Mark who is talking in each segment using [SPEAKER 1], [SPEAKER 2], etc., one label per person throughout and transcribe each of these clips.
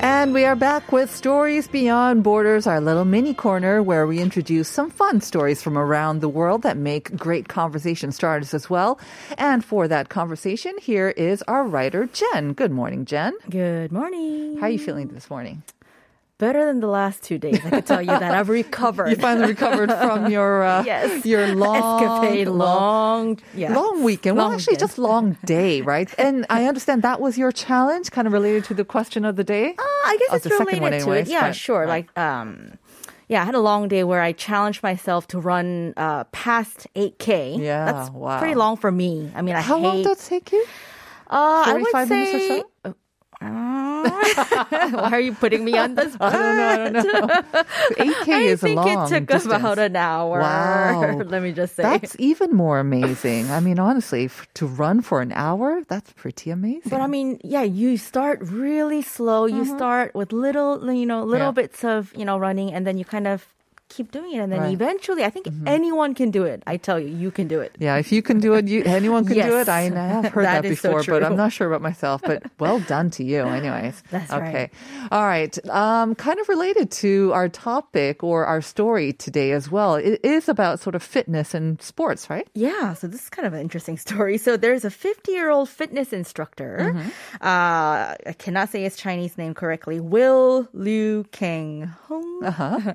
[SPEAKER 1] And we are back with Stories Beyond Borders, our little mini corner where we introduce some fun stories from around the world that make great conversation starters as well. And for that conversation, here is our writer, Jen. Good morning, Jen.
[SPEAKER 2] Good morning.
[SPEAKER 1] How are you feeling this morning?
[SPEAKER 2] Better than the last two days. I can tell you that I've recovered.
[SPEAKER 1] You finally recovered from your uh,
[SPEAKER 2] Yes.
[SPEAKER 1] your long
[SPEAKER 2] Escapade, long, yeah.
[SPEAKER 1] long weekend. well,
[SPEAKER 2] Long
[SPEAKER 1] actually,
[SPEAKER 2] weekend.
[SPEAKER 1] just long day, right? And I understand that was your challenge, kind of related to the question of the day.
[SPEAKER 2] Uh, I guess
[SPEAKER 1] Of
[SPEAKER 2] it's
[SPEAKER 1] Oh, the second
[SPEAKER 2] related
[SPEAKER 1] one
[SPEAKER 2] to it.
[SPEAKER 1] anyways,
[SPEAKER 2] Yeah,
[SPEAKER 1] but-
[SPEAKER 2] sure. Like, um, yeah, I had a long day where I challenged myself to run uh, past 8K.
[SPEAKER 1] Yeah,
[SPEAKER 2] That's
[SPEAKER 1] wow.
[SPEAKER 2] pretty long for me. I mean, I
[SPEAKER 1] How long
[SPEAKER 2] hate.
[SPEAKER 1] did that take you?
[SPEAKER 2] uh, I would
[SPEAKER 1] 45 minutes or
[SPEAKER 2] say.
[SPEAKER 1] so?
[SPEAKER 2] Uh, Why are you putting me on the spot?
[SPEAKER 1] I don't know. I don't know. 8K
[SPEAKER 2] I
[SPEAKER 1] is a
[SPEAKER 2] think
[SPEAKER 1] long
[SPEAKER 2] it took
[SPEAKER 1] distance.
[SPEAKER 2] about an hour.
[SPEAKER 1] Wow.
[SPEAKER 2] Let me just say.
[SPEAKER 1] That's even more amazing. I mean, honestly, f- to run for an hour, that's pretty amazing.
[SPEAKER 2] But I mean, yeah, you start really slow. You start with little, you know, little
[SPEAKER 1] Mm-hmm. Yeah.
[SPEAKER 2] bits of, you know, running and then you kind of keep doing it. And then
[SPEAKER 1] Right. Mm-hmm.
[SPEAKER 2] eventually, I think anyone can do it. I tell you, you can do it.
[SPEAKER 1] yeah, if you can do it, you, anyone can do it.
[SPEAKER 2] Yes.
[SPEAKER 1] I, I have heard that,
[SPEAKER 2] That is so
[SPEAKER 1] before, but I'm
[SPEAKER 2] true.
[SPEAKER 1] not sure about myself. But well done to you, anyways.
[SPEAKER 2] That's
[SPEAKER 1] okay. All right. Um, kind of related to our topic or our story today as well. It is about sort of fitness and sports, right?
[SPEAKER 2] Yeah, so this is kind of an interesting story. So there's a 50 year old fitness instructor.
[SPEAKER 1] Mm-hmm.
[SPEAKER 2] Uh, I cannot say his Chinese name correctly. Will Liu Kang Hong. Uh-huh.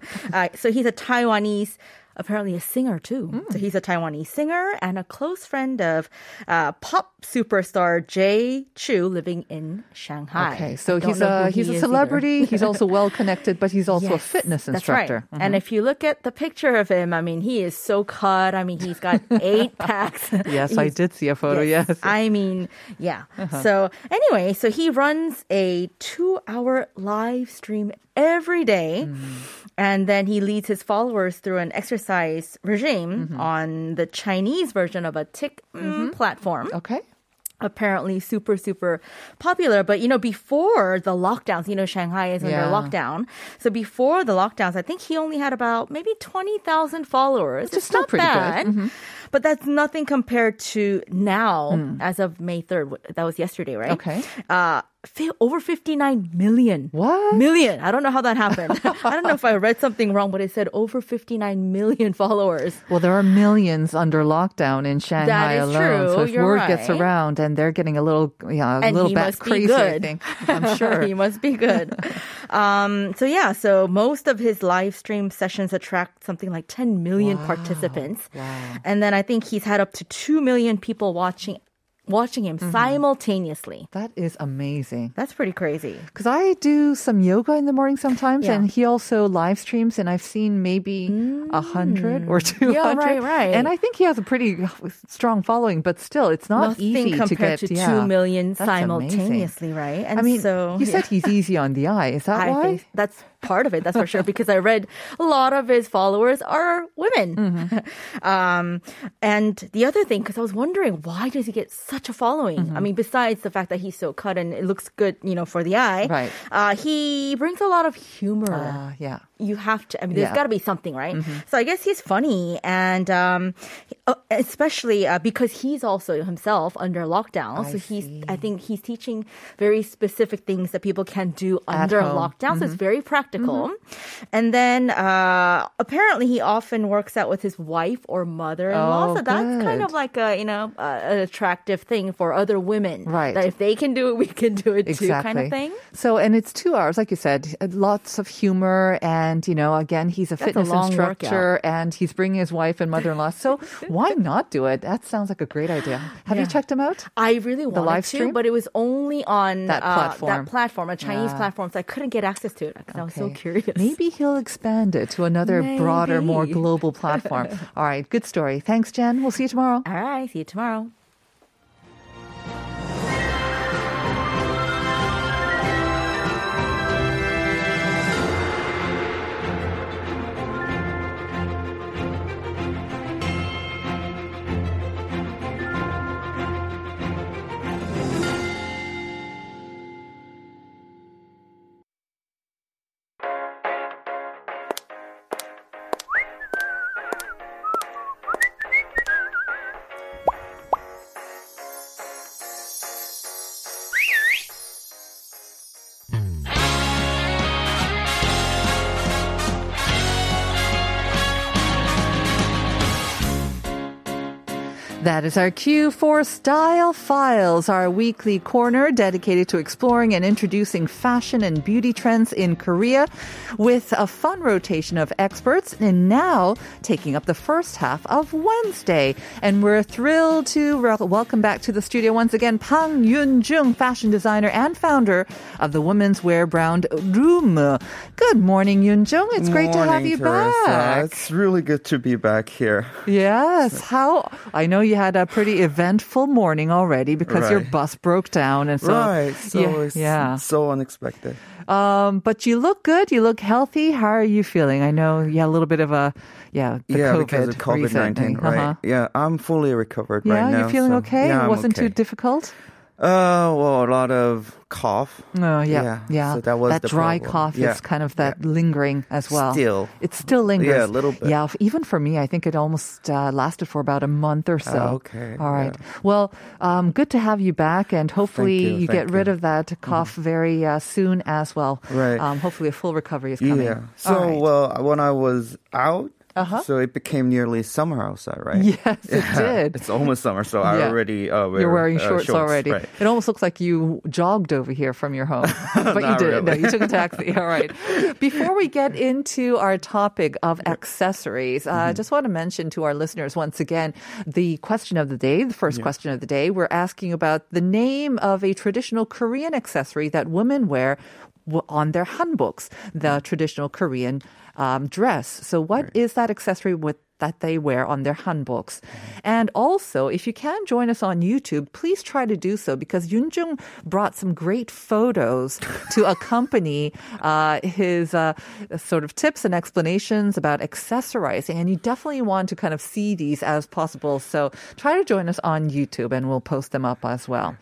[SPEAKER 2] so he's a Taiwanese. Apparently, a singer too.
[SPEAKER 1] Mm.
[SPEAKER 2] So he's a Taiwanese singer and a close friend of uh, pop superstar Jay Chu, living in Shanghai.
[SPEAKER 1] Okay. So
[SPEAKER 2] I don't
[SPEAKER 1] he's
[SPEAKER 2] know who
[SPEAKER 1] a
[SPEAKER 2] he
[SPEAKER 1] he's
[SPEAKER 2] is
[SPEAKER 1] a
[SPEAKER 2] either.
[SPEAKER 1] celebrity. he's also well connected, but he's also a
[SPEAKER 2] Yes,
[SPEAKER 1] fitness instructor. Mm-hmm.
[SPEAKER 2] That's right. And if you look at the picture of him, I mean, he is so cut. I mean, he's got eight packs.
[SPEAKER 1] Yes, I
[SPEAKER 2] He's-
[SPEAKER 1] did see a photo. Yes. Uh-huh.
[SPEAKER 2] I mean, yeah. So anyway, so he runs a two-hour live stream every day,
[SPEAKER 1] Mm-hmm.
[SPEAKER 2] and then he leads his followers through an exercise regime
[SPEAKER 1] Mm-hmm.
[SPEAKER 2] on the Chinese version of a Tik mm, platform
[SPEAKER 1] Okay.
[SPEAKER 2] apparently super super popular but you know before the lockdowns you know shanghai is under
[SPEAKER 1] Yeah.
[SPEAKER 2] lockdown so before the lockdowns i think he only had about maybe 20000 followers
[SPEAKER 1] Which is
[SPEAKER 2] It's
[SPEAKER 1] still
[SPEAKER 2] not
[SPEAKER 1] pretty good. Mm-hmm.
[SPEAKER 2] bad but that's nothing compared to now as of may 3rd wh- that was yesterday right
[SPEAKER 1] Hmm. Okay.
[SPEAKER 2] uh fi- over 59 million
[SPEAKER 1] What?
[SPEAKER 2] million i don't know how that happened i don't know if i read something wrong but it said over 59 million followers
[SPEAKER 1] Well, there are millions under lockdown in Shanghai
[SPEAKER 2] is
[SPEAKER 1] alone. So
[SPEAKER 2] true.
[SPEAKER 1] if
[SPEAKER 2] You're
[SPEAKER 1] word gets
[SPEAKER 2] right.
[SPEAKER 1] around and they're getting a little, yeah, a
[SPEAKER 2] And
[SPEAKER 1] little
[SPEAKER 2] he
[SPEAKER 1] bat
[SPEAKER 2] must be
[SPEAKER 1] crazy, I
[SPEAKER 2] good.
[SPEAKER 1] think. I'm sure.
[SPEAKER 2] he must be good. um, so yeah, so most of his live stream sessions attract something like 10 million participants, and then I think he's had up to two million people watching watching him
[SPEAKER 1] Mm-hmm.
[SPEAKER 2] simultaneously.
[SPEAKER 1] that is amazing.
[SPEAKER 2] That's pretty crazy.
[SPEAKER 1] Because I do some yoga in the morning sometimes,
[SPEAKER 2] Yeah.
[SPEAKER 1] and he also live streams, and I've seen maybe a hundred or two
[SPEAKER 2] Mm. Yeah,
[SPEAKER 1] hundred.
[SPEAKER 2] right, right.
[SPEAKER 1] And I think he has a pretty strong following, but still, it's not easy
[SPEAKER 2] Nothing
[SPEAKER 1] to
[SPEAKER 2] compared
[SPEAKER 1] get
[SPEAKER 2] to,
[SPEAKER 1] yeah.
[SPEAKER 2] two million
[SPEAKER 1] That's amazing.
[SPEAKER 2] simultaneously, right? And
[SPEAKER 1] I mean,
[SPEAKER 2] so
[SPEAKER 1] you
[SPEAKER 2] yeah.
[SPEAKER 1] said he's easy on the eye. Is that
[SPEAKER 2] I
[SPEAKER 1] why?
[SPEAKER 2] think that's part of it. That's for sure. Because I read a lot of his followers are women.
[SPEAKER 1] Mm-hmm.
[SPEAKER 2] um, and the other thing, because I was wondering why does he get such a following?
[SPEAKER 1] Mm-hmm.
[SPEAKER 2] I mean, besides the fact that he's so cut and it looks good, you know, for the eye.
[SPEAKER 1] Right.
[SPEAKER 2] Uh, he brings a lot of humor
[SPEAKER 1] Ah, yeah.
[SPEAKER 2] you have to i mean there's
[SPEAKER 1] Yeah. Mm-hmm.
[SPEAKER 2] got to be something right so i guess he's funny and um he- uh, especially uh, because he's also himself under lockdown
[SPEAKER 1] I
[SPEAKER 2] so he's i think he's teaching very specific things that people can do
[SPEAKER 1] At
[SPEAKER 2] under
[SPEAKER 1] home. Mm-hmm.
[SPEAKER 2] lockdown so it's very practical and then uh apparently he often works out with his wife or mother-in-law
[SPEAKER 1] Oh,
[SPEAKER 2] so that's kind
[SPEAKER 1] good.
[SPEAKER 2] of like a you know uh, an attractive thing for other women
[SPEAKER 1] Right.
[SPEAKER 2] that if they can do it we can do it too
[SPEAKER 1] exactly.
[SPEAKER 2] kind of thing
[SPEAKER 1] So, and it's two hours, like you said, uh, lots of humor, and you know, again, he's a
[SPEAKER 2] That's a
[SPEAKER 1] fitness
[SPEAKER 2] long
[SPEAKER 1] instructor, and he's bringing his wife and mother-in-law. So, why not do it? That sounds like a great idea. Have you
[SPEAKER 2] Yeah.
[SPEAKER 1] checked him out?
[SPEAKER 2] I really wanted
[SPEAKER 1] live
[SPEAKER 2] to,
[SPEAKER 1] stream?
[SPEAKER 2] but it was only on
[SPEAKER 1] That
[SPEAKER 2] uh,
[SPEAKER 1] platform.
[SPEAKER 2] that platform, a Chinese
[SPEAKER 1] Yeah.
[SPEAKER 2] platform, so I couldn't get access to it because I was so
[SPEAKER 1] Okay.
[SPEAKER 2] curious.
[SPEAKER 1] Maybe he'll expand it to another broader, more
[SPEAKER 2] Maybe.
[SPEAKER 1] global platform. All right, good story. Thanks, Jen. We'll see you tomorrow.
[SPEAKER 2] All right, see you tomorrow.
[SPEAKER 1] That is our cue for Style Files, our weekly corner dedicated to exploring and introducing fashion and beauty trends in Korea with a fun rotation of experts and now taking up the first half of Wednesday. And we're thrilled to re- welcome back to the studio once again Pang Yun Jung, fashion designer and founder of the women's wear brand Room. Good morning, Yun Jung. It's great to have
[SPEAKER 3] Morning,
[SPEAKER 1] you
[SPEAKER 3] Carissa.
[SPEAKER 1] back.
[SPEAKER 3] It's really good to be back here.
[SPEAKER 1] Yes. How I know you had a pretty eventful morning already because your
[SPEAKER 3] Right.
[SPEAKER 1] bus broke down and so
[SPEAKER 3] right. So
[SPEAKER 1] yeah,
[SPEAKER 3] it's
[SPEAKER 1] yeah.
[SPEAKER 3] so unexpected.
[SPEAKER 1] Um, but you look good. You look healthy. How are you feeling? I know you had a little bit of a yeah the
[SPEAKER 3] yeah,
[SPEAKER 1] COVID
[SPEAKER 3] because of COVID
[SPEAKER 1] recently.
[SPEAKER 3] nineteen, right?
[SPEAKER 1] Uh-huh.
[SPEAKER 3] Yeah, I'm fully recovered
[SPEAKER 1] Yeah,
[SPEAKER 3] right now.
[SPEAKER 1] you feeling
[SPEAKER 3] so-
[SPEAKER 1] okay?
[SPEAKER 3] Yeah,
[SPEAKER 1] it
[SPEAKER 3] I'm
[SPEAKER 1] wasn't
[SPEAKER 3] okay.
[SPEAKER 1] too difficult.
[SPEAKER 3] Uh, well, a lot of cough.
[SPEAKER 1] No, Oh, yeah, yeah.
[SPEAKER 3] Yeah, so that was the
[SPEAKER 1] dry
[SPEAKER 3] problem.
[SPEAKER 1] cough
[SPEAKER 3] Yeah,
[SPEAKER 1] is kind of that lingering as well.
[SPEAKER 3] Still.
[SPEAKER 1] it still lingers.
[SPEAKER 3] Yeah, a little bit.
[SPEAKER 1] Yeah, f- even for me, I think it almost uh, lasted for about a month or so.
[SPEAKER 3] Ah, okay,
[SPEAKER 1] All right. Well, um, good to have you back, and hopefully
[SPEAKER 3] you,
[SPEAKER 1] get
[SPEAKER 3] thank
[SPEAKER 1] rid
[SPEAKER 3] you. Mm-hmm.
[SPEAKER 1] of that cough very uh, soon as well.
[SPEAKER 3] Right.
[SPEAKER 1] Um, hopefully, a full recovery is coming.
[SPEAKER 3] Yeah.
[SPEAKER 1] All
[SPEAKER 3] So
[SPEAKER 1] right.
[SPEAKER 3] well, when I was out,
[SPEAKER 1] Uh-huh.
[SPEAKER 3] so it became nearly summer outside, right?
[SPEAKER 1] Yes, it did.
[SPEAKER 3] it's almost summer, so I
[SPEAKER 1] Yeah.
[SPEAKER 3] already uh, wear,
[SPEAKER 1] You're wearing
[SPEAKER 3] uh,
[SPEAKER 1] shorts, already.
[SPEAKER 3] Right.
[SPEAKER 1] It almost looks like you jogged over here from your home, but you
[SPEAKER 3] Not
[SPEAKER 1] didn't. No,
[SPEAKER 3] really.
[SPEAKER 1] you took a taxi. All right. Before we get into our topic of accessories, I
[SPEAKER 3] Mm-hmm.
[SPEAKER 1] just want to mention to our listeners once again the question of the day, the first question of the day. We're asking about the name of a traditional Korean accessory that women wear w- on their hanboks, the
[SPEAKER 3] Mm.
[SPEAKER 1] traditional Korean um, dress. So, what is that accessory with that they wear on their hanboks? And also, if you can join us on YouTube, please try to do so because Yunjung brought some great photos to accompany uh, his uh, sort of tips and explanations about accessorizing. And you definitely want to kind of see these as possible. So try to join us on YouTube and we'll post them up as well.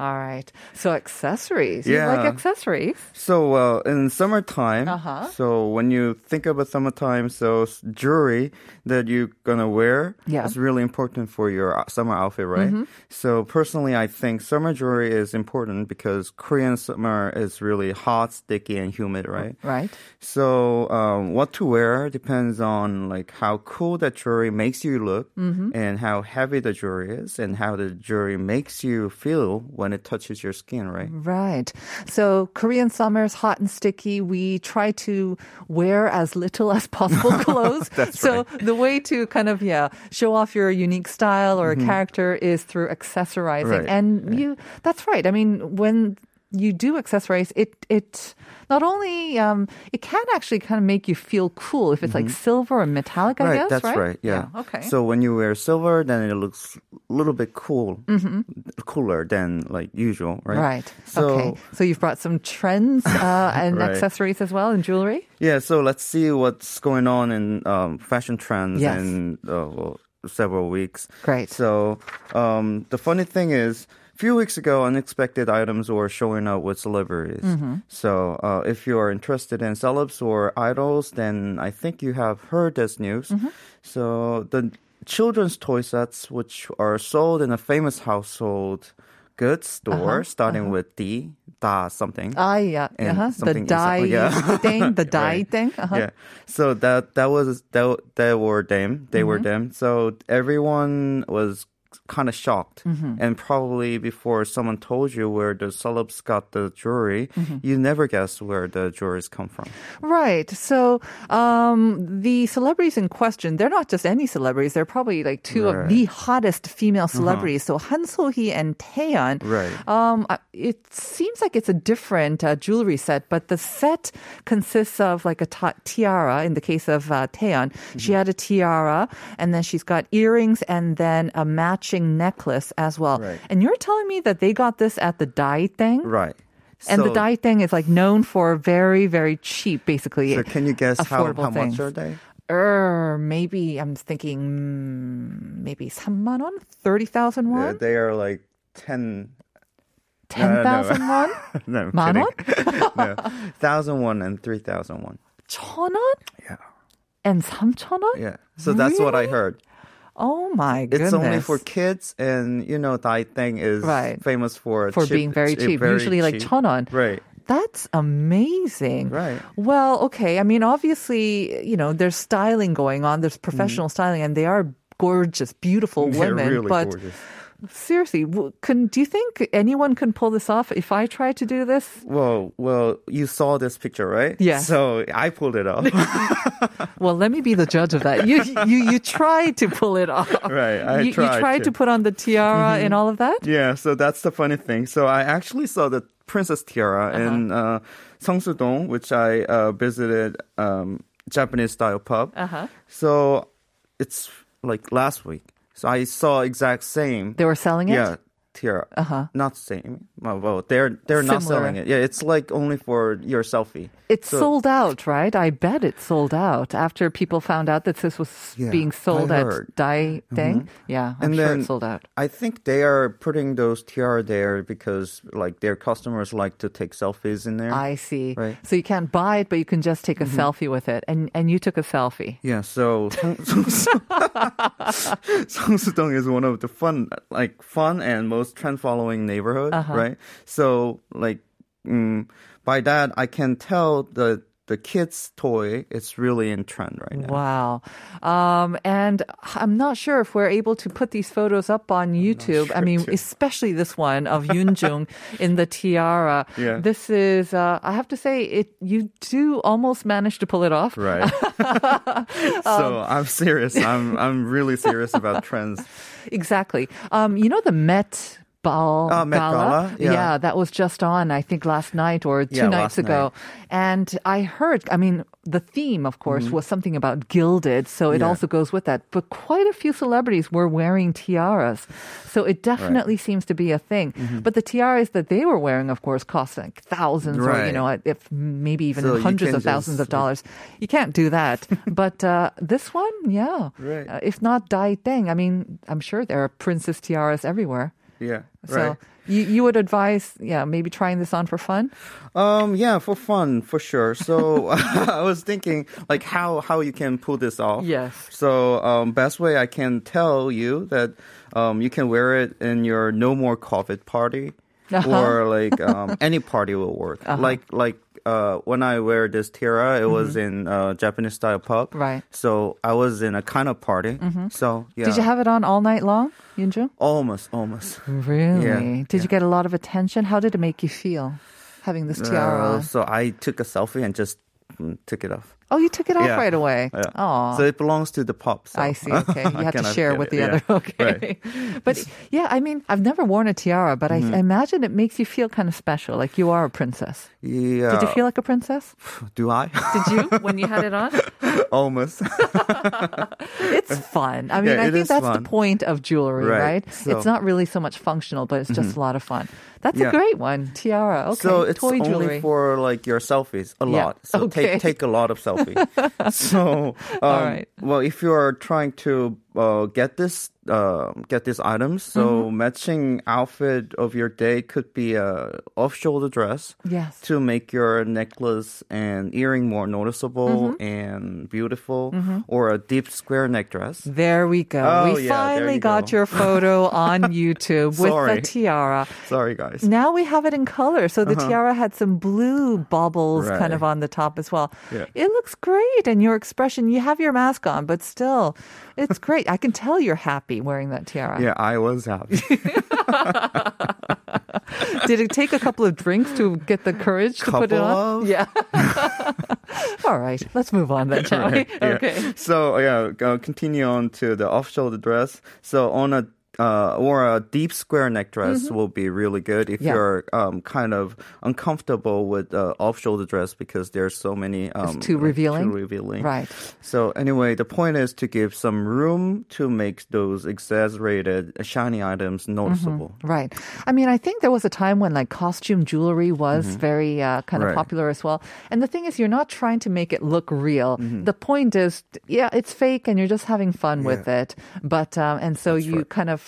[SPEAKER 1] All right. So accessories. You like
[SPEAKER 3] Yeah.
[SPEAKER 1] accessories?
[SPEAKER 3] So well, in summertime,
[SPEAKER 1] Uh-huh.
[SPEAKER 3] so when you think about summertime, so s- jewelry that you're gonna wear
[SPEAKER 1] Yeah. Mm-hmm.
[SPEAKER 3] is really important for your uh, summer outfit, right? So personally, I think summer jewelry is important because Korean summer is really hot, sticky, and humid, right?
[SPEAKER 1] Right.
[SPEAKER 3] So um, what to wear depends on like how cool that jewelry makes you look,
[SPEAKER 1] Mm-hmm.
[SPEAKER 3] and how heavy the jewelry is, and how the jewelry makes you feel when it touches your skin, right?
[SPEAKER 1] Right. So Korean summer is hot and sticky. We try to wear as little as possible clothes. That's so the way to kind of yeah show off your unique style or character is through accessorizing.
[SPEAKER 3] Mm-hmm. Right.
[SPEAKER 1] And you that's right. I mean when you do accessorize it it not only um, it can actually kind of make you feel cool if it's like silver or metallic I
[SPEAKER 3] Mm-hmm. right,
[SPEAKER 1] guess
[SPEAKER 3] that's
[SPEAKER 1] right
[SPEAKER 3] right. Yeah.
[SPEAKER 1] okay
[SPEAKER 3] So when you wear silver, then it looks a little bit cool, cooler than like usual, right?
[SPEAKER 1] Mm-hmm. right
[SPEAKER 3] So
[SPEAKER 1] okay so you've brought some trends uh, and
[SPEAKER 3] Right.
[SPEAKER 1] accessories as well and jewelry
[SPEAKER 3] yeah, so let's see what's going on in um, fashion trends
[SPEAKER 1] Yes.
[SPEAKER 3] in uh, well, several weeks.
[SPEAKER 1] Great.
[SPEAKER 3] So um, the funny thing is. A few weeks ago, unexpected items were showing up with celebrities.
[SPEAKER 1] Mm-hmm.
[SPEAKER 3] So, uh, if you are interested in celebs or idols, then I think you have heard this news.
[SPEAKER 1] Mm-hmm.
[SPEAKER 3] So, the children's toy sets, which are sold in a famous household goods store,
[SPEAKER 1] Uh-huh.
[SPEAKER 3] starting with D, da something.
[SPEAKER 1] Ah, yeah.
[SPEAKER 3] and
[SPEAKER 1] Uh-huh. The
[SPEAKER 3] something is-
[SPEAKER 1] dye
[SPEAKER 3] yeah.
[SPEAKER 1] thing, the dye
[SPEAKER 3] Right.
[SPEAKER 1] thing. Uh-huh.
[SPEAKER 3] Yeah. So that that was that that were them. They were
[SPEAKER 1] Mm-hmm.
[SPEAKER 3] them. So everyone was kind of shocked,
[SPEAKER 1] Mm-hmm.
[SPEAKER 3] and probably before someone told you where the celebs got the jewelry,
[SPEAKER 1] Mm-hmm.
[SPEAKER 3] you never guess where the jewelries come from.
[SPEAKER 1] Right. So um, the celebrities in question, they're not just any celebrities. They're probably like two of
[SPEAKER 3] Right. Uh-huh.
[SPEAKER 1] the hottest female celebrities. So Han So-hee and Taeyeon.
[SPEAKER 3] Right.
[SPEAKER 1] Um, I- it seems like it's a different uh, jewelry set, but the set consists of like a ti- tiara. In the case of uh, Taeyeon, she
[SPEAKER 3] Mm-hmm.
[SPEAKER 1] had a tiara, and then she's got earrings, and then a matching necklace as well.
[SPEAKER 3] Right.
[SPEAKER 1] And you're telling me that they got this at the dye thing?
[SPEAKER 3] Right.
[SPEAKER 1] And the
[SPEAKER 3] So-
[SPEAKER 1] dye thing is like known for very, very cheap, basically.
[SPEAKER 3] So can you guess how,
[SPEAKER 1] affordable
[SPEAKER 3] how much
[SPEAKER 1] things.
[SPEAKER 3] are they?
[SPEAKER 1] Er, maybe I'm thinking mm, maybe 3만 원, 30,000
[SPEAKER 3] Yeah,
[SPEAKER 1] won,
[SPEAKER 3] Uh, they are like ten.
[SPEAKER 1] 10,000 won,
[SPEAKER 3] No, I'm
[SPEAKER 1] 만 원,
[SPEAKER 3] kidding. thousand one and three thousand one.
[SPEAKER 1] 천 원,
[SPEAKER 3] Yeah.
[SPEAKER 1] and 3,000 won.
[SPEAKER 3] Yeah. So that's what I heard.
[SPEAKER 1] Oh my
[SPEAKER 3] It's
[SPEAKER 1] goodness!
[SPEAKER 3] only for kids, and you know, Thai thing is
[SPEAKER 1] Right.
[SPEAKER 3] famous for eh,
[SPEAKER 1] For being very cheap. Usually, like,
[SPEAKER 3] cheap.
[SPEAKER 1] 천원.
[SPEAKER 3] Right.
[SPEAKER 1] That's amazing.
[SPEAKER 3] Right.
[SPEAKER 1] Well, okay. I mean, obviously, you know, there's styling going on. There's professional styling, and they are gorgeous, beautiful
[SPEAKER 3] They're
[SPEAKER 1] women.
[SPEAKER 3] Mm. really
[SPEAKER 1] but
[SPEAKER 3] gorgeous.
[SPEAKER 1] seriously, w- can do you think anyone can pull this off? If I try to do this,
[SPEAKER 3] Well, well, you saw this picture, right?
[SPEAKER 1] Yeah.
[SPEAKER 3] So I pulled it off.
[SPEAKER 1] well, let me be the judge of that. You you you tried to pull it off,
[SPEAKER 3] Right, I
[SPEAKER 1] you, you
[SPEAKER 3] tried
[SPEAKER 1] tried to.
[SPEAKER 3] to. Mm-hmm.
[SPEAKER 1] put on the tiara and all of that.
[SPEAKER 3] Yeah, so that's the funny thing. So I actually saw the Princess Tiara
[SPEAKER 1] Uh-huh.
[SPEAKER 3] in uh, Seongsu-dong, which I uh, visited um, Japanese style pub.
[SPEAKER 1] Uh-huh.
[SPEAKER 3] So it's like last week. So I saw exact same.
[SPEAKER 1] They were selling it.
[SPEAKER 3] yeah, tiara. Uh-huh. Not same. Well, well, they're they're not
[SPEAKER 1] Similar.
[SPEAKER 3] selling it. Yeah, it's like only for your selfie.
[SPEAKER 1] It's
[SPEAKER 3] So-
[SPEAKER 1] sold out, right? I bet it sold out after people found out that this was
[SPEAKER 3] Yeah,
[SPEAKER 1] being sold at
[SPEAKER 3] I heard. Mm-hmm.
[SPEAKER 1] Dai Dang. Yeah, I'm
[SPEAKER 3] And
[SPEAKER 1] sure
[SPEAKER 3] then-
[SPEAKER 1] it sold out.
[SPEAKER 3] I think they are putting those tiara there because like their customers like to take selfies in there.
[SPEAKER 1] I see.
[SPEAKER 3] Right. Mm-hmm.
[SPEAKER 1] So you can't buy it, but you can just take a selfie with it. And and you took a selfie.
[SPEAKER 3] Yeah, so Song- Song- Seongsu-dong is one of the fun, like fun and most trend-following neighborhood,
[SPEAKER 1] Uh-huh.
[SPEAKER 3] right? So like mm, by that, I can tell the the kids' toy is really in trend right now.
[SPEAKER 1] Wow. Um, and I'm not sure if we're able to put these photos up on YouTube. I
[SPEAKER 3] sure,
[SPEAKER 1] mean,
[SPEAKER 3] too.
[SPEAKER 1] especially this one of Yun Jung in the tiara.
[SPEAKER 3] Yeah.
[SPEAKER 1] This is, uh, I have to say, it. you do almost manage to pull it off.
[SPEAKER 3] Right.
[SPEAKER 1] Um,
[SPEAKER 3] so I'm serious. I'm I'm really serious about trends.
[SPEAKER 1] Exactly. Um, you know the Met. Ball,
[SPEAKER 3] Oh, Met Gala?
[SPEAKER 1] Yeah.
[SPEAKER 3] Yeah.
[SPEAKER 1] that was just on, I think, last night or two
[SPEAKER 3] Yeah,
[SPEAKER 1] nights
[SPEAKER 3] last
[SPEAKER 1] ago. And I heard, I mean, the theme, of course, was something about gilded, so it
[SPEAKER 3] Mm-hmm. Yeah.
[SPEAKER 1] also goes with that. But quite a few celebrities were wearing tiaras. So it definitely seems to be a thing.
[SPEAKER 3] Mm-hmm.
[SPEAKER 1] But the tiaras that they were wearing, of course, cost like thousands or, you
[SPEAKER 3] Right.
[SPEAKER 1] know, if maybe even
[SPEAKER 3] So you
[SPEAKER 1] hundreds of
[SPEAKER 3] can
[SPEAKER 1] thousands of
[SPEAKER 3] just-
[SPEAKER 1] dollars. You can't do that. but uh, this one, yeah.
[SPEAKER 3] Right.
[SPEAKER 1] Uh, if not Dai Deng, I mean, I'm sure there are princess tiaras everywhere.
[SPEAKER 3] Yeah.
[SPEAKER 1] So
[SPEAKER 3] Right.
[SPEAKER 1] you, you would advise, yeah, maybe trying this on for fun?
[SPEAKER 3] Um, yeah, for fun, for sure. So I was thinking, like, how how you can pull this off.
[SPEAKER 1] Yes.
[SPEAKER 3] So um, best way I can tell you that um, you can wear it in your no more COVID party,
[SPEAKER 1] Uh-huh.
[SPEAKER 3] or like um, any party will work. Like like uh, when I wear this tiara, it was in uh, Japanese style pub.
[SPEAKER 1] Mm-hmm. Right. Mm-hmm.
[SPEAKER 3] So I was in a kind of party. So yeah.
[SPEAKER 1] Did you have it on all night long, Yunju?
[SPEAKER 3] almost almost?
[SPEAKER 1] Really?
[SPEAKER 3] Yeah,
[SPEAKER 1] Did you get a lot of attention? How did it make you feel having this tiara
[SPEAKER 3] Uh,
[SPEAKER 1] on?
[SPEAKER 3] so I took a selfie and just mm, took it off.
[SPEAKER 1] Oh, you took it off
[SPEAKER 3] Yeah.
[SPEAKER 1] right away.
[SPEAKER 3] Yeah.
[SPEAKER 1] Oh.
[SPEAKER 3] So it belongs to the pop. so.
[SPEAKER 1] I see. Okay, you
[SPEAKER 3] I
[SPEAKER 1] have to
[SPEAKER 3] cannot
[SPEAKER 1] share
[SPEAKER 3] get
[SPEAKER 1] with the
[SPEAKER 3] it. Yeah.
[SPEAKER 1] other. Okay,
[SPEAKER 3] Right. Mm-hmm.
[SPEAKER 1] but yeah, I mean, I've never worn a tiara, but I, I imagine it makes you feel kind of special, like you are a princess.
[SPEAKER 3] Yeah.
[SPEAKER 1] Did you feel like a princess?
[SPEAKER 3] Do I?
[SPEAKER 1] Did you when you had it on?
[SPEAKER 3] Almost.
[SPEAKER 1] It's fun. I mean,
[SPEAKER 3] Yeah,
[SPEAKER 1] I
[SPEAKER 3] it
[SPEAKER 1] think
[SPEAKER 3] is
[SPEAKER 1] that's
[SPEAKER 3] fun.
[SPEAKER 1] the point of jewelry, right?
[SPEAKER 3] Right. So- Mm-hmm.
[SPEAKER 1] It's not really so much functional, but it's just a lot of fun. That's a
[SPEAKER 3] Yeah.
[SPEAKER 1] great one, tiara. Okay,
[SPEAKER 3] so it's
[SPEAKER 1] toy
[SPEAKER 3] only
[SPEAKER 1] jewelry.
[SPEAKER 3] for like your selfies a
[SPEAKER 1] Yeah.
[SPEAKER 3] lot. So
[SPEAKER 1] Okay.
[SPEAKER 3] take take a lot of selfies. so um,
[SPEAKER 1] All right.
[SPEAKER 3] well, if you are trying to uh, get this uh, get these items, so
[SPEAKER 1] Mm-hmm.
[SPEAKER 3] matching outfit of your day could be a off shoulder dress.
[SPEAKER 1] Yes.
[SPEAKER 3] To make your necklace and earring more noticeable and beautiful, or a deep square neck dress.
[SPEAKER 1] There we go.
[SPEAKER 3] Oh,
[SPEAKER 1] we
[SPEAKER 3] yeah, there
[SPEAKER 1] finally
[SPEAKER 3] you
[SPEAKER 1] got
[SPEAKER 3] go.
[SPEAKER 1] your photo on YouTube with the
[SPEAKER 3] Sorry.
[SPEAKER 1] tiara.
[SPEAKER 3] Sorry, guys.
[SPEAKER 1] Now we have it in color. So the tiara had some blue bubbles kind
[SPEAKER 3] Uh-huh. Right.
[SPEAKER 1] of on the top as well.
[SPEAKER 3] Yeah.
[SPEAKER 1] It looks great. And your expression, you have your mask on, but still, it's great. I can tell you're happy wearing that tiara.
[SPEAKER 3] Yeah, I was happy.
[SPEAKER 1] Did it take a couple of drinks to get the courage to put it on?
[SPEAKER 3] Couple of?
[SPEAKER 1] Yeah. All right. Let's move on then, shall we? Okay.
[SPEAKER 3] So yeah, uh, continue on to the off-shoulder dress. So on a uh, or a deep square neck dress will be really good if
[SPEAKER 1] Mm-hmm. Yeah.
[SPEAKER 3] you're um, kind of uncomfortable with uh, off-shoulder dress because there's so many. Um,
[SPEAKER 1] too revealing?
[SPEAKER 3] Too revealing.
[SPEAKER 1] Right.
[SPEAKER 3] So anyway, the point is to give some room to make those exaggerated shiny items noticeable.
[SPEAKER 1] Right. I mean, I think there was a time when like costume jewelry was very uh, kind of
[SPEAKER 3] Mm-hmm. Right.
[SPEAKER 1] popular as well. And the thing is, you're not trying to make it look real.
[SPEAKER 3] Mm-hmm.
[SPEAKER 1] The point is, yeah, it's fake, and you're just having fun with it. But um, and so you kind of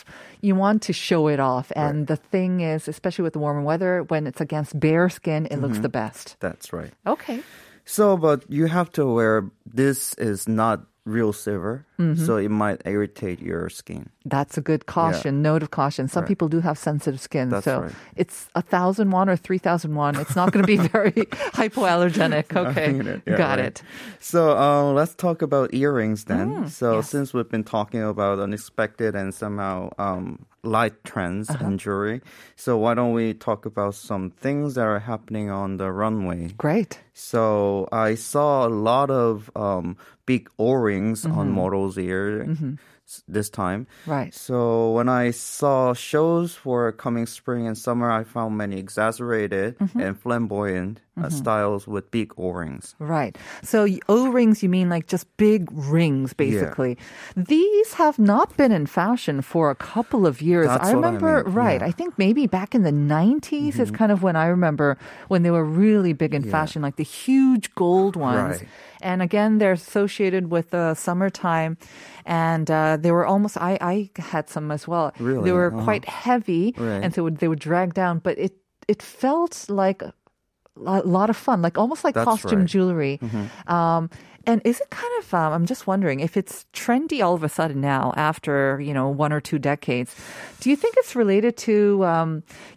[SPEAKER 1] you want to show it off. And the thing is, especially with the warmer weather, when it's against bare skin, it looks
[SPEAKER 3] Mm-hmm.
[SPEAKER 1] the best.
[SPEAKER 3] That's right.
[SPEAKER 1] Okay.
[SPEAKER 3] So, but you have to aware this is not real silver,
[SPEAKER 1] Mm-hmm.
[SPEAKER 3] so it might irritate your skin.
[SPEAKER 1] That's a good caution, note of caution. Some people do have sensitive skin,
[SPEAKER 3] That's
[SPEAKER 1] so
[SPEAKER 3] right.
[SPEAKER 1] it's a thousand won or three thousand won. It's not going to be very hypoallergenic. Okay,
[SPEAKER 3] Yeah,
[SPEAKER 1] got
[SPEAKER 3] right.
[SPEAKER 1] it. Mm,
[SPEAKER 3] So uh, let's talk about earrings then. so since we've been talking about unexpected and somehow um, light trends
[SPEAKER 1] Uh-huh.
[SPEAKER 3] in jewelry, so why don't we talk about some things that are happening on the runway?
[SPEAKER 1] Great.
[SPEAKER 3] So I saw a lot of um, big O-rings on models' ear s- this time.
[SPEAKER 1] Mm-hmm. Right.
[SPEAKER 3] So when I saw shows for coming spring and summer, I found many exaggerated
[SPEAKER 1] Mm-hmm.
[SPEAKER 3] and flamboyant uh, styles with big O-rings.
[SPEAKER 1] Right. So O rings, you mean like just big rings, basically. These have not been in fashion for a couple of years.
[SPEAKER 3] That's
[SPEAKER 1] I
[SPEAKER 3] what I
[SPEAKER 1] remember,
[SPEAKER 3] mean,
[SPEAKER 1] right.
[SPEAKER 3] yeah. Mm-hmm.
[SPEAKER 1] I think maybe back in the 90s is kind of when I remember when they were really big in fashion, like the huge gold ones.
[SPEAKER 3] Right.
[SPEAKER 1] And again, they're associated with the summertime. And uh, they were almost, I, I had some as well. They
[SPEAKER 3] Really?
[SPEAKER 1] were
[SPEAKER 3] Uh-huh.
[SPEAKER 1] quite heavy.
[SPEAKER 3] Right.
[SPEAKER 1] And so it would, they would drag down, but it, it felt like a lot of fun, like almost like
[SPEAKER 3] That's
[SPEAKER 1] costume
[SPEAKER 3] right.
[SPEAKER 1] jewelry.
[SPEAKER 3] Mm-hmm.
[SPEAKER 1] Um, and is it kind of? Um, I'm just wondering if it's trendy all of a sudden now, after you know one or two decades. Do you think it's related to um,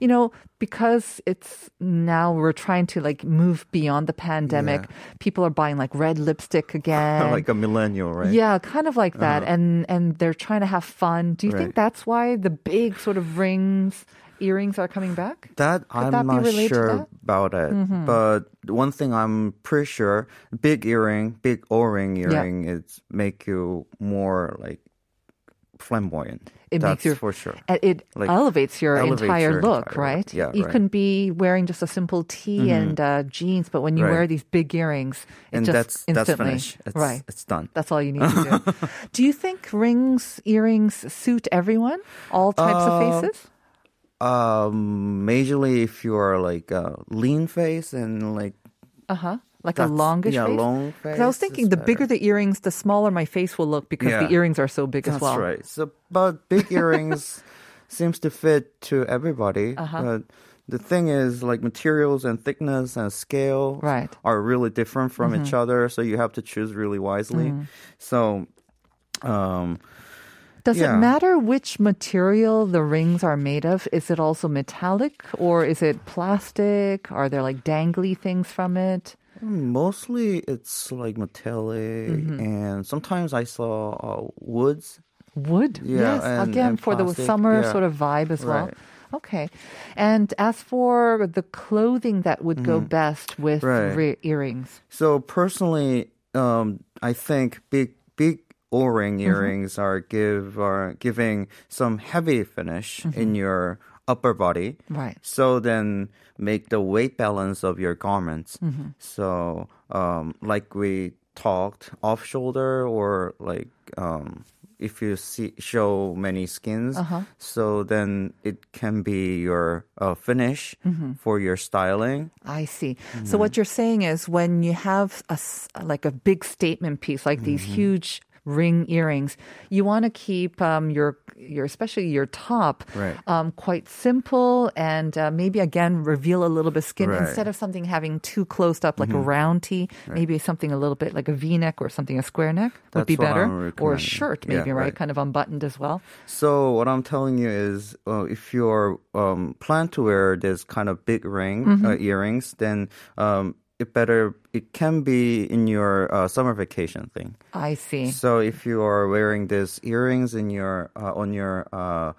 [SPEAKER 1] you know because it's now we're trying to like move beyond the pandemic? People are buying like red lipstick again.
[SPEAKER 3] like a millennial, right?
[SPEAKER 1] yeah, kind of like that, and and they're trying to have fun. Do you think
[SPEAKER 3] Right.
[SPEAKER 1] that's why the big sort of rings, earrings are coming back?
[SPEAKER 3] That I'm
[SPEAKER 1] that be
[SPEAKER 3] not
[SPEAKER 1] related to
[SPEAKER 3] sure
[SPEAKER 1] that? Mm-hmm.
[SPEAKER 3] about it. But one thing I'm pretty sure, big earring, big O-ring earring, it's make you more like flamboyant.
[SPEAKER 1] It
[SPEAKER 3] That's
[SPEAKER 1] makes you-
[SPEAKER 3] for sure.
[SPEAKER 1] it, Uh, it
[SPEAKER 3] Like,
[SPEAKER 1] elevates your
[SPEAKER 3] elevates
[SPEAKER 1] entire
[SPEAKER 3] your
[SPEAKER 1] look,
[SPEAKER 3] entire
[SPEAKER 1] right?
[SPEAKER 3] look. Yeah,
[SPEAKER 1] you
[SPEAKER 3] right.
[SPEAKER 1] can
[SPEAKER 3] Mm-hmm.
[SPEAKER 1] be wearing just a simple tee and uh, jeans, but when you
[SPEAKER 3] Right.
[SPEAKER 1] wear these big earrings, it
[SPEAKER 3] and
[SPEAKER 1] just
[SPEAKER 3] that's that's
[SPEAKER 1] instantly,
[SPEAKER 3] finished. It's,
[SPEAKER 1] right?
[SPEAKER 3] it's done.
[SPEAKER 1] That's all you need to do. do you think rings, earrings suit everyone, all types of
[SPEAKER 3] Uh,
[SPEAKER 1] faces?
[SPEAKER 3] Um, majorly if you are like a lean face and like
[SPEAKER 1] Uh huh. Like a
[SPEAKER 3] that's-
[SPEAKER 1] longish
[SPEAKER 3] yeah,
[SPEAKER 1] face.
[SPEAKER 3] long
[SPEAKER 1] 'Cause I was
[SPEAKER 3] face
[SPEAKER 1] thinking,
[SPEAKER 3] is
[SPEAKER 1] the bigger the earrings, the smaller my face will look because the
[SPEAKER 3] Yeah.
[SPEAKER 1] earrings are so big as
[SPEAKER 3] That's
[SPEAKER 1] well.
[SPEAKER 3] right. So, but big earrings seems to fit to everybody.
[SPEAKER 1] Uh-huh.
[SPEAKER 3] But the thing is, like materials and thickness and scale
[SPEAKER 1] Right. Mm-hmm.
[SPEAKER 3] are really different from each other. So you have to choose really wisely.
[SPEAKER 1] Mm.
[SPEAKER 3] So, um,
[SPEAKER 1] Does it
[SPEAKER 3] Yeah.
[SPEAKER 1] matter which material the rings are made of? Is it also metallic or is it plastic? Are there like dangly things from it?
[SPEAKER 3] mostly it's like metallic,
[SPEAKER 1] Mm-hmm.
[SPEAKER 3] and sometimes I saw uh, woods.
[SPEAKER 1] Wood. yes,
[SPEAKER 3] Yeah, and-
[SPEAKER 1] again
[SPEAKER 3] and
[SPEAKER 1] for the
[SPEAKER 3] plastic,
[SPEAKER 1] summer
[SPEAKER 3] yeah.
[SPEAKER 1] sort of vibe as well.
[SPEAKER 3] Right.
[SPEAKER 1] Okay. And as for the clothing that would go best with
[SPEAKER 3] Mm-hmm. Right.
[SPEAKER 1] re- earrings.
[SPEAKER 3] So personally, um, I think big big O-ring earrings are give are giving some heavy finish in your upper body.
[SPEAKER 1] Right.
[SPEAKER 3] So then make the weight balance of your garments. So um, like we talked, off shoulder or like um, if you see show many skins, so then it can be your uh, finish for your styling.
[SPEAKER 1] I see.
[SPEAKER 3] Mm-hmm.
[SPEAKER 1] So what you're saying is when you have a s- like a big statement piece like these
[SPEAKER 3] Mm-hmm.
[SPEAKER 1] huge ring earrings, you want to keep um, your your especially your top
[SPEAKER 3] Right.
[SPEAKER 1] um, quite simple and uh, maybe again reveal a little bit of skin
[SPEAKER 3] Right. Mm-hmm.
[SPEAKER 1] instead of something having too closed up like a round tee, maybe something a little bit like a V neck or something a square neck would
[SPEAKER 3] That's
[SPEAKER 1] be
[SPEAKER 3] what
[SPEAKER 1] better
[SPEAKER 3] I'm
[SPEAKER 1] or a
[SPEAKER 3] recommending.
[SPEAKER 1] shirt
[SPEAKER 3] Yeah,
[SPEAKER 1] maybe right?
[SPEAKER 3] right.
[SPEAKER 1] kind of unbuttoned as well.
[SPEAKER 3] So what I'm telling you is, uh, if you're um, plan to wear this kind of big ring uh,
[SPEAKER 1] Mm-hmm.
[SPEAKER 3] earrings, then um, it better it can be in your uh, summer vacation thing.
[SPEAKER 1] I see.
[SPEAKER 3] So if you are wearing these earrings in your uh, on your uh,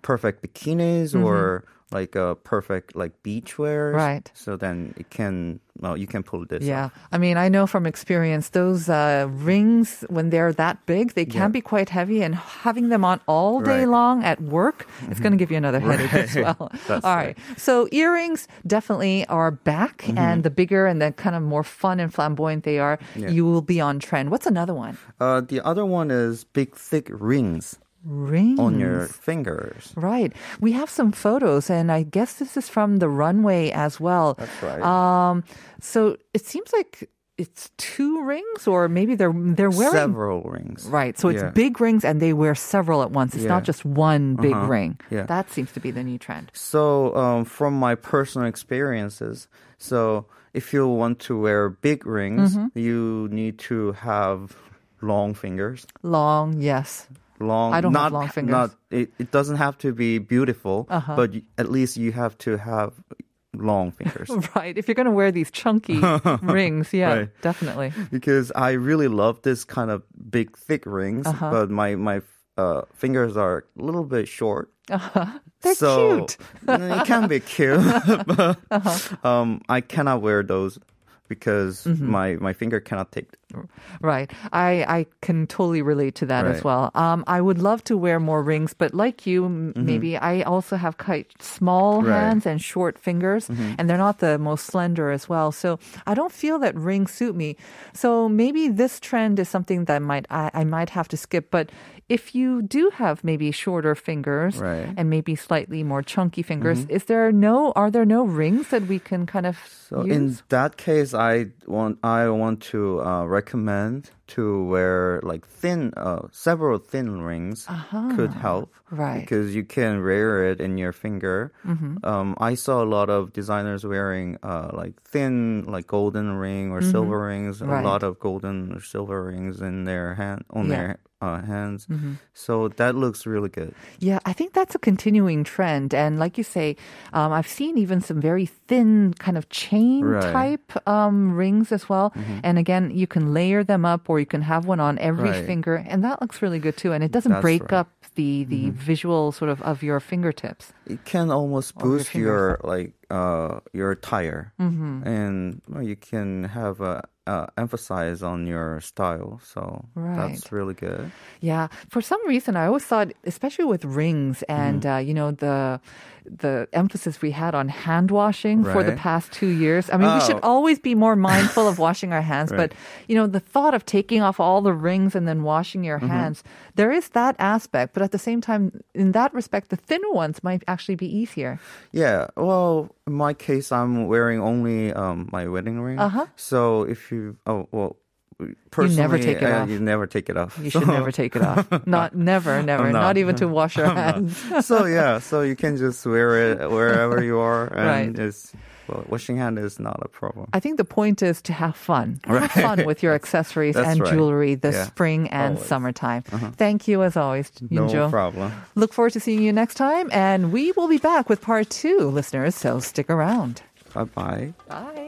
[SPEAKER 3] perfect bikinis
[SPEAKER 1] Mm-hmm.
[SPEAKER 3] or like a perfect like beach wear,
[SPEAKER 1] Right.
[SPEAKER 3] So then it can well, you can pull this.
[SPEAKER 1] Yeah. I mean, I know from experience, those uh, rings, when they're that big, they can be quite heavy, and having them on all day
[SPEAKER 3] Right. Mm-hmm.
[SPEAKER 1] long at work is going to give you another headache as well.
[SPEAKER 3] That's
[SPEAKER 1] all right. So, earrings definitely are back,
[SPEAKER 3] Mm-hmm.
[SPEAKER 1] and the bigger and the kind of more fun and flamboyant they are, you will be on trend. What's another one?
[SPEAKER 3] Uh, the other one is big thick rings
[SPEAKER 1] Rings.
[SPEAKER 3] on your fingers.
[SPEAKER 1] Right. We have some photos, and I guess this is from the runway as well.
[SPEAKER 3] That's right.
[SPEAKER 1] Um, so it seems like it's two rings, or maybe they're they're wearing
[SPEAKER 3] Several rings.
[SPEAKER 1] right. So it's
[SPEAKER 3] Yeah.
[SPEAKER 1] big rings, and they wear several at once. It's not
[SPEAKER 3] Yeah.
[SPEAKER 1] just one big
[SPEAKER 3] Uh-huh.
[SPEAKER 1] ring.
[SPEAKER 3] Yeah.
[SPEAKER 1] That seems to be the new trend.
[SPEAKER 3] So, um, from my personal experiences,
[SPEAKER 1] Mm-hmm.
[SPEAKER 3] so if you want to wear big rings, you need to have long fingers.
[SPEAKER 1] Long, yes.
[SPEAKER 3] Long.
[SPEAKER 1] I don't have
[SPEAKER 3] not,
[SPEAKER 1] long fingers. Uh-huh.
[SPEAKER 3] Not, it, it doesn't have to be beautiful, but y- at least you have to have long fingers.
[SPEAKER 1] Right. If you're going to wear these chunky rings, yeah,
[SPEAKER 3] Right.
[SPEAKER 1] definitely.
[SPEAKER 3] because I really love this kind of big, thick rings,
[SPEAKER 1] Uh-huh.
[SPEAKER 3] but my my uh, fingers are a little bit short.
[SPEAKER 1] Uh-huh. They're
[SPEAKER 3] so
[SPEAKER 1] cute. Uh-huh.
[SPEAKER 3] it can be cute, but um, I cannot wear those because
[SPEAKER 1] Mm-hmm.
[SPEAKER 3] my my finger cannot take.
[SPEAKER 1] Right. I, I can totally relate to that as
[SPEAKER 3] Right.
[SPEAKER 1] well. Um, I would love to wear more rings, but like you, m maybe I also have quite small
[SPEAKER 3] Mm-hmm. Right. Mm-hmm.
[SPEAKER 1] hands and short fingers, and they're not the most slender as well. So I don't feel that rings suit me. So maybe this trend is something that might I, I might have to skip. But if you do have maybe shorter fingers
[SPEAKER 3] Right. Mm-hmm.
[SPEAKER 1] and maybe slightly more chunky fingers, is there no are there no rings that we can kind of
[SPEAKER 3] So
[SPEAKER 1] use?
[SPEAKER 3] in that case, I want I want to uh, recommend to wear like thin, uh, several thin rings could help,
[SPEAKER 1] Uh-huh. Right. Mm-hmm.
[SPEAKER 3] Because you can wear it in your finger. Um, I saw a lot of designers wearing uh, like thin, like golden ring or silver rings,
[SPEAKER 1] Mm-hmm. Right.
[SPEAKER 3] a lot of golden or silver rings in their hand on
[SPEAKER 1] Yeah. Mm-hmm.
[SPEAKER 3] their uh, hands. So that looks really good.
[SPEAKER 1] Yeah, I think that's a continuing trend. And like you say, um, I've seen even some very thin kind of chain
[SPEAKER 3] Right. Mm-hmm.
[SPEAKER 1] type um, rings as well. And again, you can layer them up or you can have one on every
[SPEAKER 3] Right.
[SPEAKER 1] finger. And that looks really good too. And it doesn't
[SPEAKER 3] That's
[SPEAKER 1] break
[SPEAKER 3] right.
[SPEAKER 1] up
[SPEAKER 3] Mm-hmm.
[SPEAKER 1] the, the visual sort of of your fingertips.
[SPEAKER 3] it can almost
[SPEAKER 1] your
[SPEAKER 3] boost your, like uh your tire
[SPEAKER 1] Mm-hmm.
[SPEAKER 3] and well, you can have a uh, emphasize on your style so that's really good
[SPEAKER 1] Yeah, for some reason, I always thought, especially with rings and
[SPEAKER 3] Mm-hmm.
[SPEAKER 1] uh, you know the the emphasis we had on hand washing for the
[SPEAKER 3] Right.
[SPEAKER 1] past two years. I mean, we should
[SPEAKER 3] Oh.
[SPEAKER 1] always be more mindful of washing our hands. But you know, the thought of taking off all the rings and then washing your
[SPEAKER 3] Mm-hmm.
[SPEAKER 1] hands, there is that aspect. But at the same time, in that respect, the thinner ones might actually be easier.
[SPEAKER 3] yeah well in my case i'm wearing only um my wedding ring
[SPEAKER 1] Uh-huh.
[SPEAKER 3] so if you oh well
[SPEAKER 1] You
[SPEAKER 3] personally
[SPEAKER 1] never take it
[SPEAKER 3] uh,
[SPEAKER 1] off.
[SPEAKER 3] you never take it off
[SPEAKER 1] You
[SPEAKER 3] So-
[SPEAKER 1] should never take it off. Not never, never, not,
[SPEAKER 3] not.
[SPEAKER 1] even to wash your hands.
[SPEAKER 3] so yeah so you can just wear it wherever you are and
[SPEAKER 1] Right.
[SPEAKER 3] it's well washing hand is not a problem
[SPEAKER 1] I think the point is to have fun. Have fun with your accessories
[SPEAKER 3] That's
[SPEAKER 1] and
[SPEAKER 3] right.
[SPEAKER 1] jewelry this
[SPEAKER 3] Yeah.
[SPEAKER 1] spring and
[SPEAKER 3] Always. Uh-huh.
[SPEAKER 1] summertime. Thank you as always,
[SPEAKER 3] no
[SPEAKER 1] Yunjo.
[SPEAKER 3] problem
[SPEAKER 1] Look forward to seeing you next time, and we will be back with part two, listeners. So stick around.
[SPEAKER 3] bye bye
[SPEAKER 1] Bye.